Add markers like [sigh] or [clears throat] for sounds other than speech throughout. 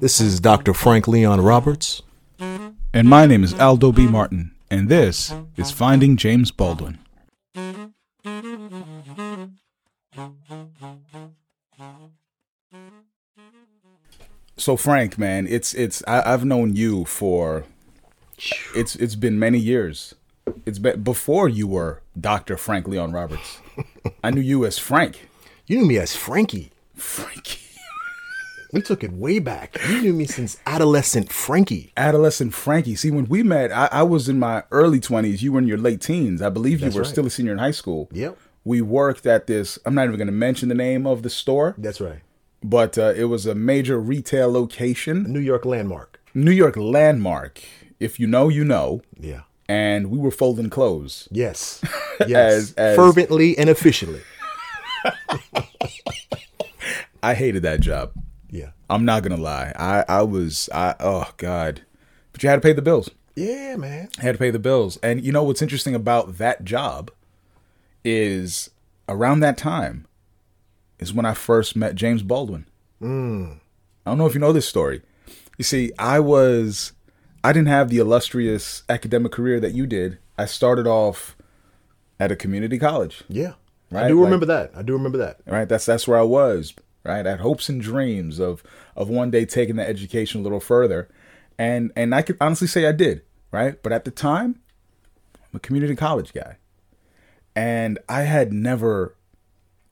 This is Dr. Frank Leon Roberts. And my name is Aldo B. Martin, and this is Finding James Baldwin. So Frank, man, it's it's I, I've known you for it's it's been many years. It's been before you were Dr. Frank [laughs] Leon Roberts. I knew you as Frank. You knew me as Frankie. Frankie. We took it way back. You knew me since adolescent Frankie. Adolescent Frankie. See, when we met, I, I was in my early 20s. You were in your late teens. I believe you That's were right. still a senior in high school. Yep. We worked at this, I'm not even going to mention the name of the store, That's right. but uh, it was a major retail A location, New York landmark. New York landmark. If you know, you know. Yeah. And we were folding clothes. [laughs] Yes. Yes. As- as- Fervently and officially. I hated that job. Yeah. I'm not going to lie. I, I was, I oh, God. But you had to pay the bills. Yeah, man. had to pay the bills. And you know what's interesting about that job is around that time is when I first met James Baldwin. I don't know if you know this story. You see, I was I didn't have the illustrious academic career that you did. I started off at a community college. Yeah. I Right, do like- remember that. I do remember that. Right? That's that's where I was, right? I had hopes and dreams of of one day taking that education a little further. And and I could honestly say I did, right? But at the time, I'm a community college guy. And I had never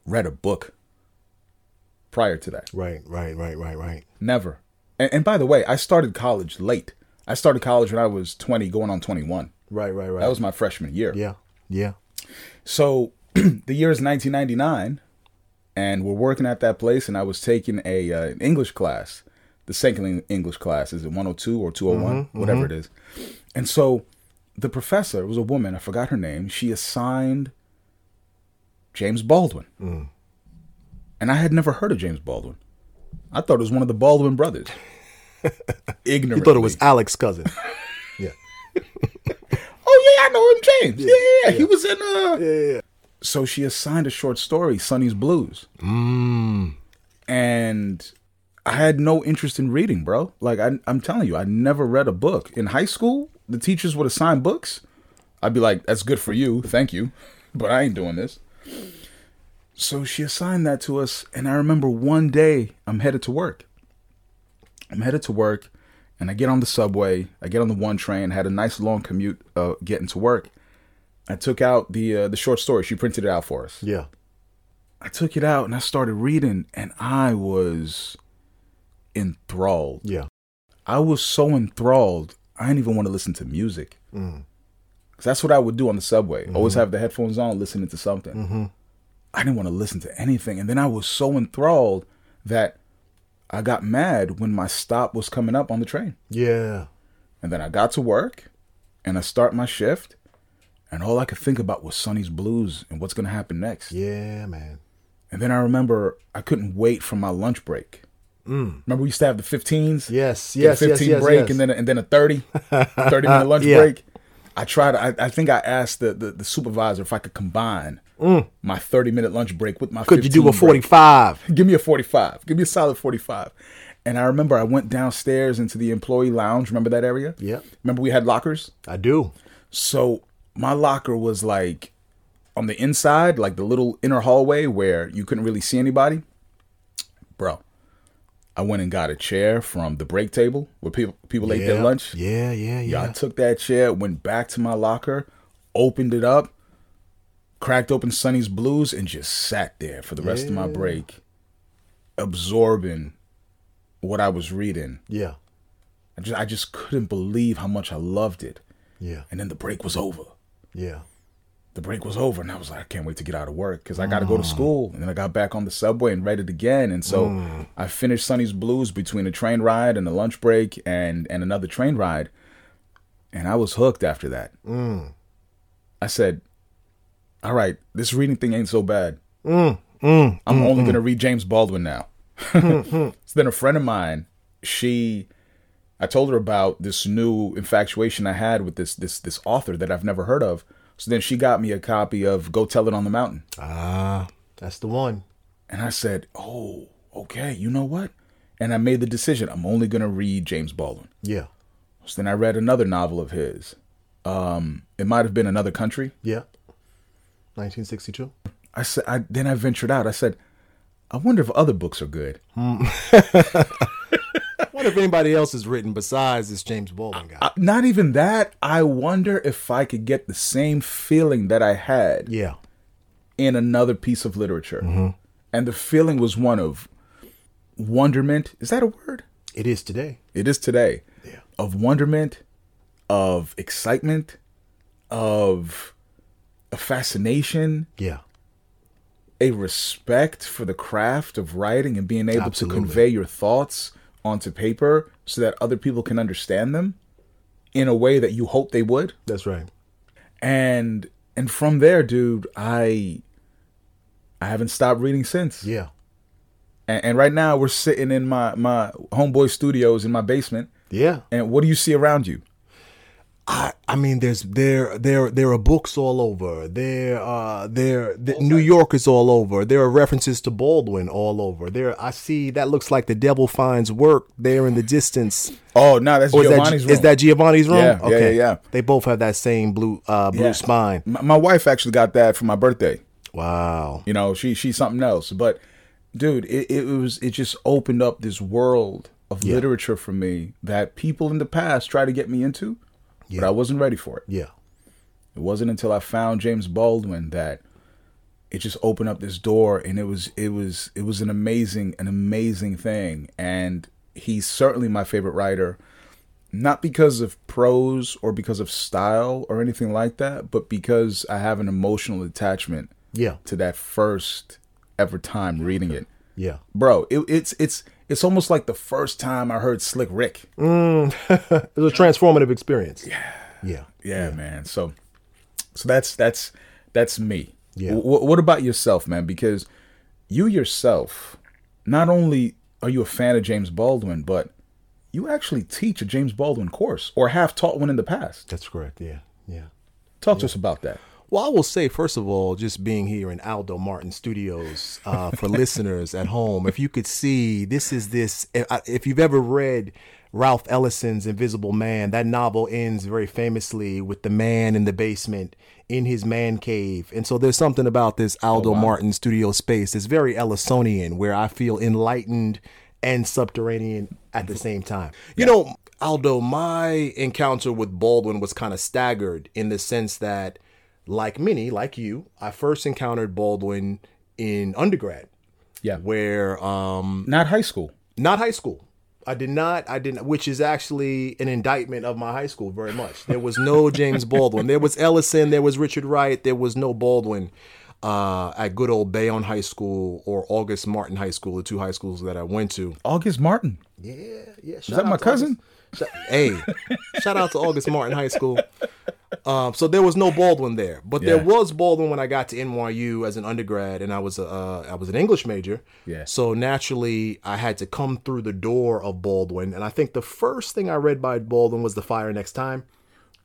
read a book prior to that. Right, right, right, right, right. Never. And, and by the way, I started college late. I started college when I was 20, going on 21. Right, right, right. That was my freshman year. yeah. Yeah. So [clears throat] the year is 1999, and we're working at that place, and I was taking a uh, an English class, the second English class. Is it 102 or 201, Mm-hmm, whatever it is? And so the professor was a woman. I forgot her name. She assigned James Baldwin, Mm. and I had never heard of James Baldwin. I thought it was one of the [laughs] Baldwin brothers. Ignorant. You thought it was Alex's cousin. yeah. Oh yeah, I know him, James. Yeah, yeah, yeah. he was in. Uh... yeah, yeah. So she assigned a short story, Sonny's Blues, Mm. and I had no interest in reading, bro. Like I, I'm telling you, I never read a book in high school. The teachers would assign books. I'd be like, "That's good for you, thank you," [laughs] but I ain't doing this. So she assigned that to us, and I remember one day I'm headed to work. I'm headed to work, and I get on the subway. I get on the one train. Had a nice long commute uh, getting to work. I took out the uh, the short story. She printed it out for [laughs] us. Yeah. I took it out and I started reading, and I was enthralled. Yeah. I was so enthralled, I didn't even want to listen to music. Mm. 'Cause that's what I would do on the subway. Always have the headphones on, listening to something. I didn't want to listen to anything. And then I was so enthralled that I got mad when my stop was coming up on the train. Yeah. And then I got to work and I start my shift, and all I could think about was Sonny's Blues and what's going to happen next. Yeah, man. And then I remember I couldn't wait for my lunch break. Mm. Remember we used to have the 15s? Yes, Get a yes, yes, 15 yes, break yes. and then a, and then [laughs] a 30, 30 minute lunch Yeah. break. I tried I, I think I asked the, the, the supervisor if I could combine my 30 minute lunch break with my Mm. Could you do a 45? 45? Give me a 45. Give me a solid 45. And I remember I went downstairs into the employee lounge. Remember that area? Yep. Remember we had lockers? I do. So my locker was like on the inside, like the little inner hallway where you couldn't really see anybody. Bro, I went and got a chair from the break table where people people ate their Yeah. lunch. Yeah, yeah, Yeah, yeah. I took that chair, went back to my locker, opened it up, cracked open Sonny's Blues, and just sat there for the rest of my break, absorbing what I was reading. Yeah. I just, I just couldn't believe how much I loved it. Yeah. And then the break was over. Yeah. The break was over, and I was like, I can't wait to get out of work because I got to go to Mm. school. And then I got back on the subway and read it again. And so Mm. I finished Sonny's Blues between a train ride and a lunch break and, and another train ride. And I was hooked after that. Mm. I said, "All right, this reading thing ain't so bad. Mm. Mm. Mm-hmm. I'm only gonna read James Baldwin now." [laughs] so then a friend of mine, she, I told her about this new infatuation I had with this this this author that I've never heard of. So then she got me a copy of Go Tell It on the Mountain, Ah, that's the one. And I said, "Oh, okay. You know what?" And I made the decision. I'm only gonna read James Baldwin. Yeah. So then I read another novel of his. Um, it might have been another country. Yeah. 1962. I said. I, then I ventured out. I said, "I wonder if other books are good." wonder if anybody else has written besides this James Baldwin guy. Uh, not even that. I wonder if I could get the same feeling that I had yeah. in another piece of literature. Mm-hmm. And the feeling was one of wonderment. Is that a word? It is today. It is today. Yeah. Of wonderment, of excitement, of a fascination, Yeah. a respect for the craft of writing and being able Absolutely. to convey your thoughts onto paper so that other people can understand them in a way that you hope they would. That's right. And and from there, dude, I I haven't stopped reading since. Yeah. And, and right now we're sitting in my my homeboy studios in my basement. Yeah. And what do you see around you? I, I mean, there's there there there are books all over. There uh there the, New York is all over. There are references to Baldwin all over. There I see that looks like the devil finds work there in the distance. Oh no, that's Or is that, Giovanni's Gi- room. is that Giovanni's room? Yeah, yeah, yeah, yeah. They both have that same blue uh blue Yeah. spine. my, my wife actually got that for my birthday. Wow. You know, she she's something else. But dude, it, it was it just opened up this world of literature for me that people in the past tried to get me into, but I wasn't ready for it. Yeah. It wasn't until I found James Baldwin that it just opened up this door and it was it was it was an amazing an amazing thing and he's certainly my favorite writer not because of prose or because of style or anything like that but because I have an emotional attachment Yeah. to that first ever time reading it Yeah. bro it, it's it's it's almost like the first time I heard Slick Rick It was a transformative experience. Yeah. Yeah. yeah, man. So, so that's that's that's me. Yeah. W- what about yourself, man? Because you yourself, not only are you a fan of James Baldwin, but you actually teach a James Baldwin course or have taught one in the past. That's correct. Yeah. Yeah. Talk to us about that. Well, I will say, first of all, just being here in Aldo Martin Studios uh, for listeners at home, if you could see, this is this. If you've ever read Ralph Ellison's Invisible Man, that novel ends very famously with the man in the basement in his man cave. And so there's something about this Aldo Martin studio space that's very Ellisonian, where I feel enlightened and subterranean at the same time. You know, Aldo, my encounter with Baldwin was kind of staggered in the sense that like many, like you, I first encountered Baldwin in undergrad, Yeah, where um, not high school. not high school. I did not. I didn't. Which is actually an indictment of my high school very much. There was no James Baldwin. There was Ellison. There was Richard Wright. There was no Baldwin uh, at good old Bayonne High School or August Martin High School, the two high schools that I went to. August Martin. Yeah, yeah. Is that my cousin? hey, shout out to August Martin High School. Um, so there was no Baldwin there, but there Yeah. was Baldwin when I got to NYU as an undergrad, and I was a, uh, I was an English major. Yeah. So naturally, I had to come through the door of Baldwin, and I think the first thing I read by Baldwin was "The Fire Next Time."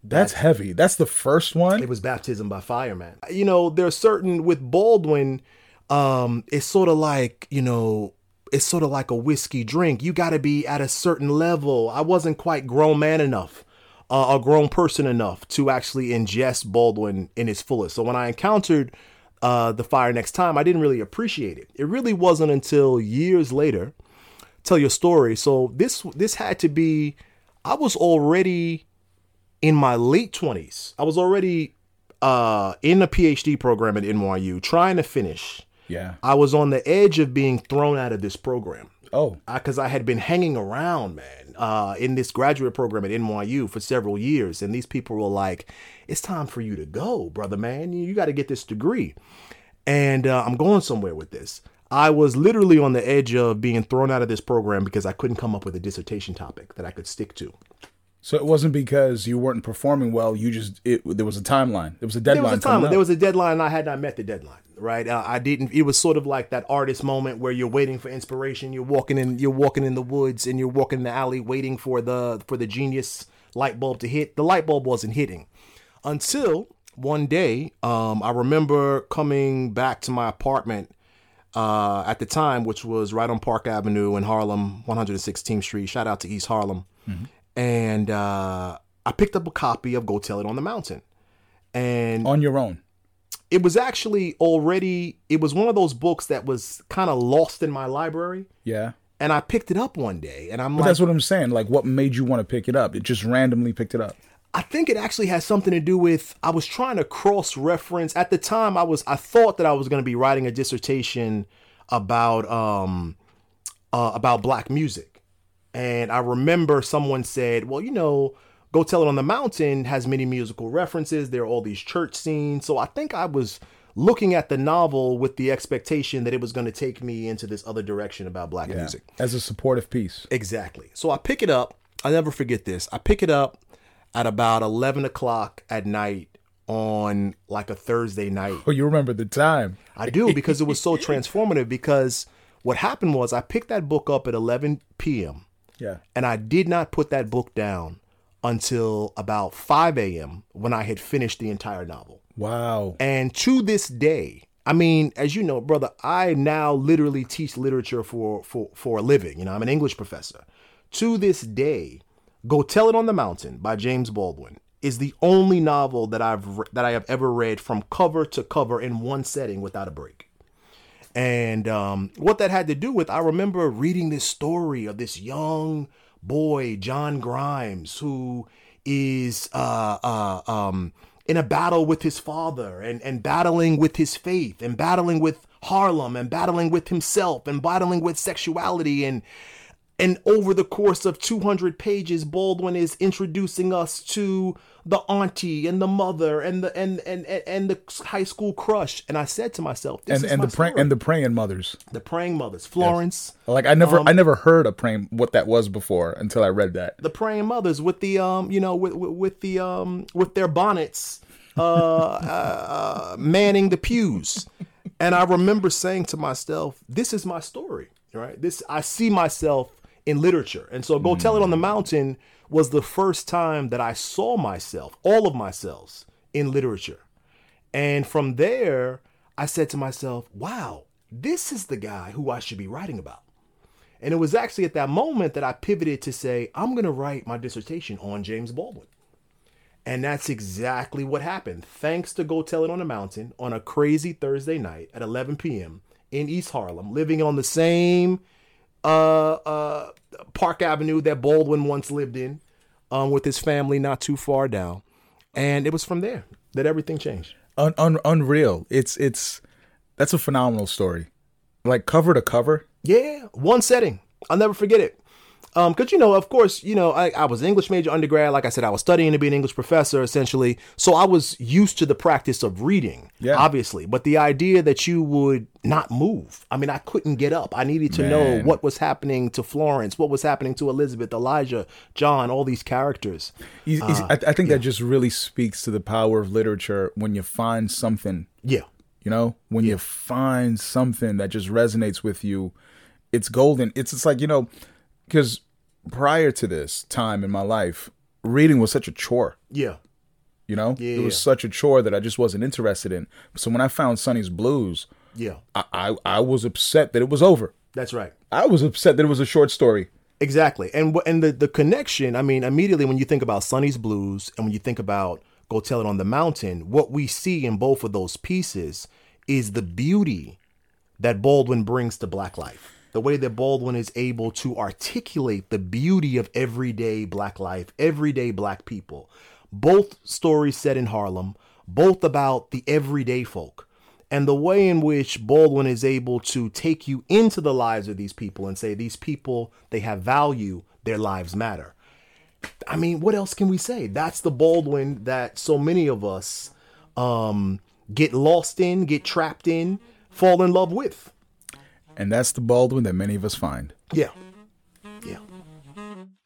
That's heavy. That's the first one. It was baptism by fire, man. You know, there are certain with Baldwin, um, it's sort of like, you know, it's sort of like a whiskey drink. You got to be at a certain level. I wasn't quite grown man enough, uh, a grown person enough to actually ingest Baldwin in its fullest. So when I encountered uh, the fire next time, I didn't really appreciate it. It really wasn't until years later tell your story. So this this had to be I was already in my late 20s. I was already uh in a PhD program at NYU trying to finish. Yeah. I was on the edge of being thrown out of this program Oh, because I had been hanging around, man, uh, in this graduate program at NYU for several years, and these people were like, "It's time for you to go, brother, man. You, got to get this degree." And uh, I'm going somewhere with this. I was literally on the edge of being thrown out of this program because I couldn't come up with a dissertation topic that I could stick to. so it wasn't because you weren't performing well. You just it, there was a timeline. There was a deadline. there was a coming time up. there was a deadline and i had not met the deadline right uh, i didn't it was sort of like that artist moment where you're waiting for inspiration you're walking in you're walking in the woods and you're walking in the alley waiting for the for the genius light bulb to hit the light bulb wasn't hitting until one day um, i remember coming back to my apartment uh, at the time, which was right on Park Avenue in Harlem, 116th Street. Shout out to East Harlem. Mm-hmm. And uh, I picked up a copy of Go Tell It on the Mountain. And on your own. it was actually already, it was one of those books that was kind of lost in my library. Yeah. And I picked it up one day and I'm But like, that's what I'm saying. Like, what made you want to pick it up? It just randomly picked it up. I think it actually has something to do with I was trying to cross reference at the time I was I thought that I was going to be writing a dissertation about um uh, about black music. And I remember someone said, "Well, you know, Go Tell It on the Mountain has many musical references. There are all these church scenes." So I think I was looking at the novel with the expectation that it was going to take me into this other direction about black music. as a supportive piece. Exactly. So I pick it up. I never forget this. I pick it up at about eleven o'clock at night on like a Thursday night. Oh, you remember the time? I do because it was so transformative. Because what happened was I picked that book up at eleven p.m. Yeah. and I did not put that book down until about five a.m. when I had finished the entire novel. Wow. And to this day, I mean, as you know, brother, I now literally teach literature for for for a living. You know, I'm an English professor. To this day, Go Tell It on the Mountain by James Baldwin is the only novel that I've re- that I have ever read from cover to cover in one setting without a break. And um, what that had to do with, I remember reading this story of this young boy, John Grimes, who is uh, uh, um, in a battle with his father and, and battling with his faith and battling with Harlem and battling with himself and battling with sexuality and and over the course of 200 pages, Baldwin is introducing us to the auntie and the mother and the and and and, and the high school crush. And I said to myself, this And is and my the pray- story. and the praying mothers. the praying mothers, Florence, Like I never Um, I never heard of praying what that was before until I read that. the praying mothers with the um, you know, with with, with the um, with their bonnets, uh, uh, manning the pews. And I remember saying to myself, "This is my story, right? This I see myself in literature." And so, "Go Tell It on the Mountain" was the first time that I saw myself, all of myself, in literature. And from there, I said to myself, "Wow, this is the guy who I should be writing about." And it was actually at that moment that I pivoted to say, I'm going to write my dissertation on James Baldwin. And that's exactly what happened. Thanks to Go Tell It on the Mountain on a crazy Thursday night at 11 p.m. in East Harlem, living on the same uh, uh, Park Avenue that Baldwin once lived in um, with his family not too far down. And it was from there that everything changed. Un- un- unreal. It's it's that's a phenomenal story. Like cover to cover. Yeah, one setting. I'll never forget it. Um, cause you know, of course, you know, I, I was an English major undergrad. Like I said, I was studying to be an English professor essentially. So I was used to the practice of reading, Yeah. obviously. But the idea that you would not move, I mean, I couldn't get up. I needed to know Man. what was happening to Florence, what was happening to Elizabeth, Elijah, John, all these characters. You- you see, Ah, I, I think that just really speaks to the power of literature when you find something Yeah. You know, when you find something that just resonates with you, it's golden. It's it's like you know, because prior to this time in my life, reading was such a chore. Yeah. You know, it was Yeah. such a chore that I just wasn't interested in. So when I found Sonny's Blues, Yeah. I, I I was upset that it was over. That's right. I was upset that it was a short story. Exactly. And wh- and the the connection, I mean, immediately when you think about Sonny's Blues and when you think about Go Tell It on the Mountain, what we see in both of those pieces is the beauty that Baldwin brings to black life. The way that Baldwin is able to articulate the beauty of everyday black life, everyday black people. Both stories set in Harlem, both about the everyday folk. And the way in which Baldwin is able to take you into the lives of these people and say, these people, they have value, their lives matter. I mean, what else can we say? That's the Baldwin that so many of us um, get lost in, get trapped in, fall in love with. And that's the Baldwin that many of us find. Yeah. Yeah.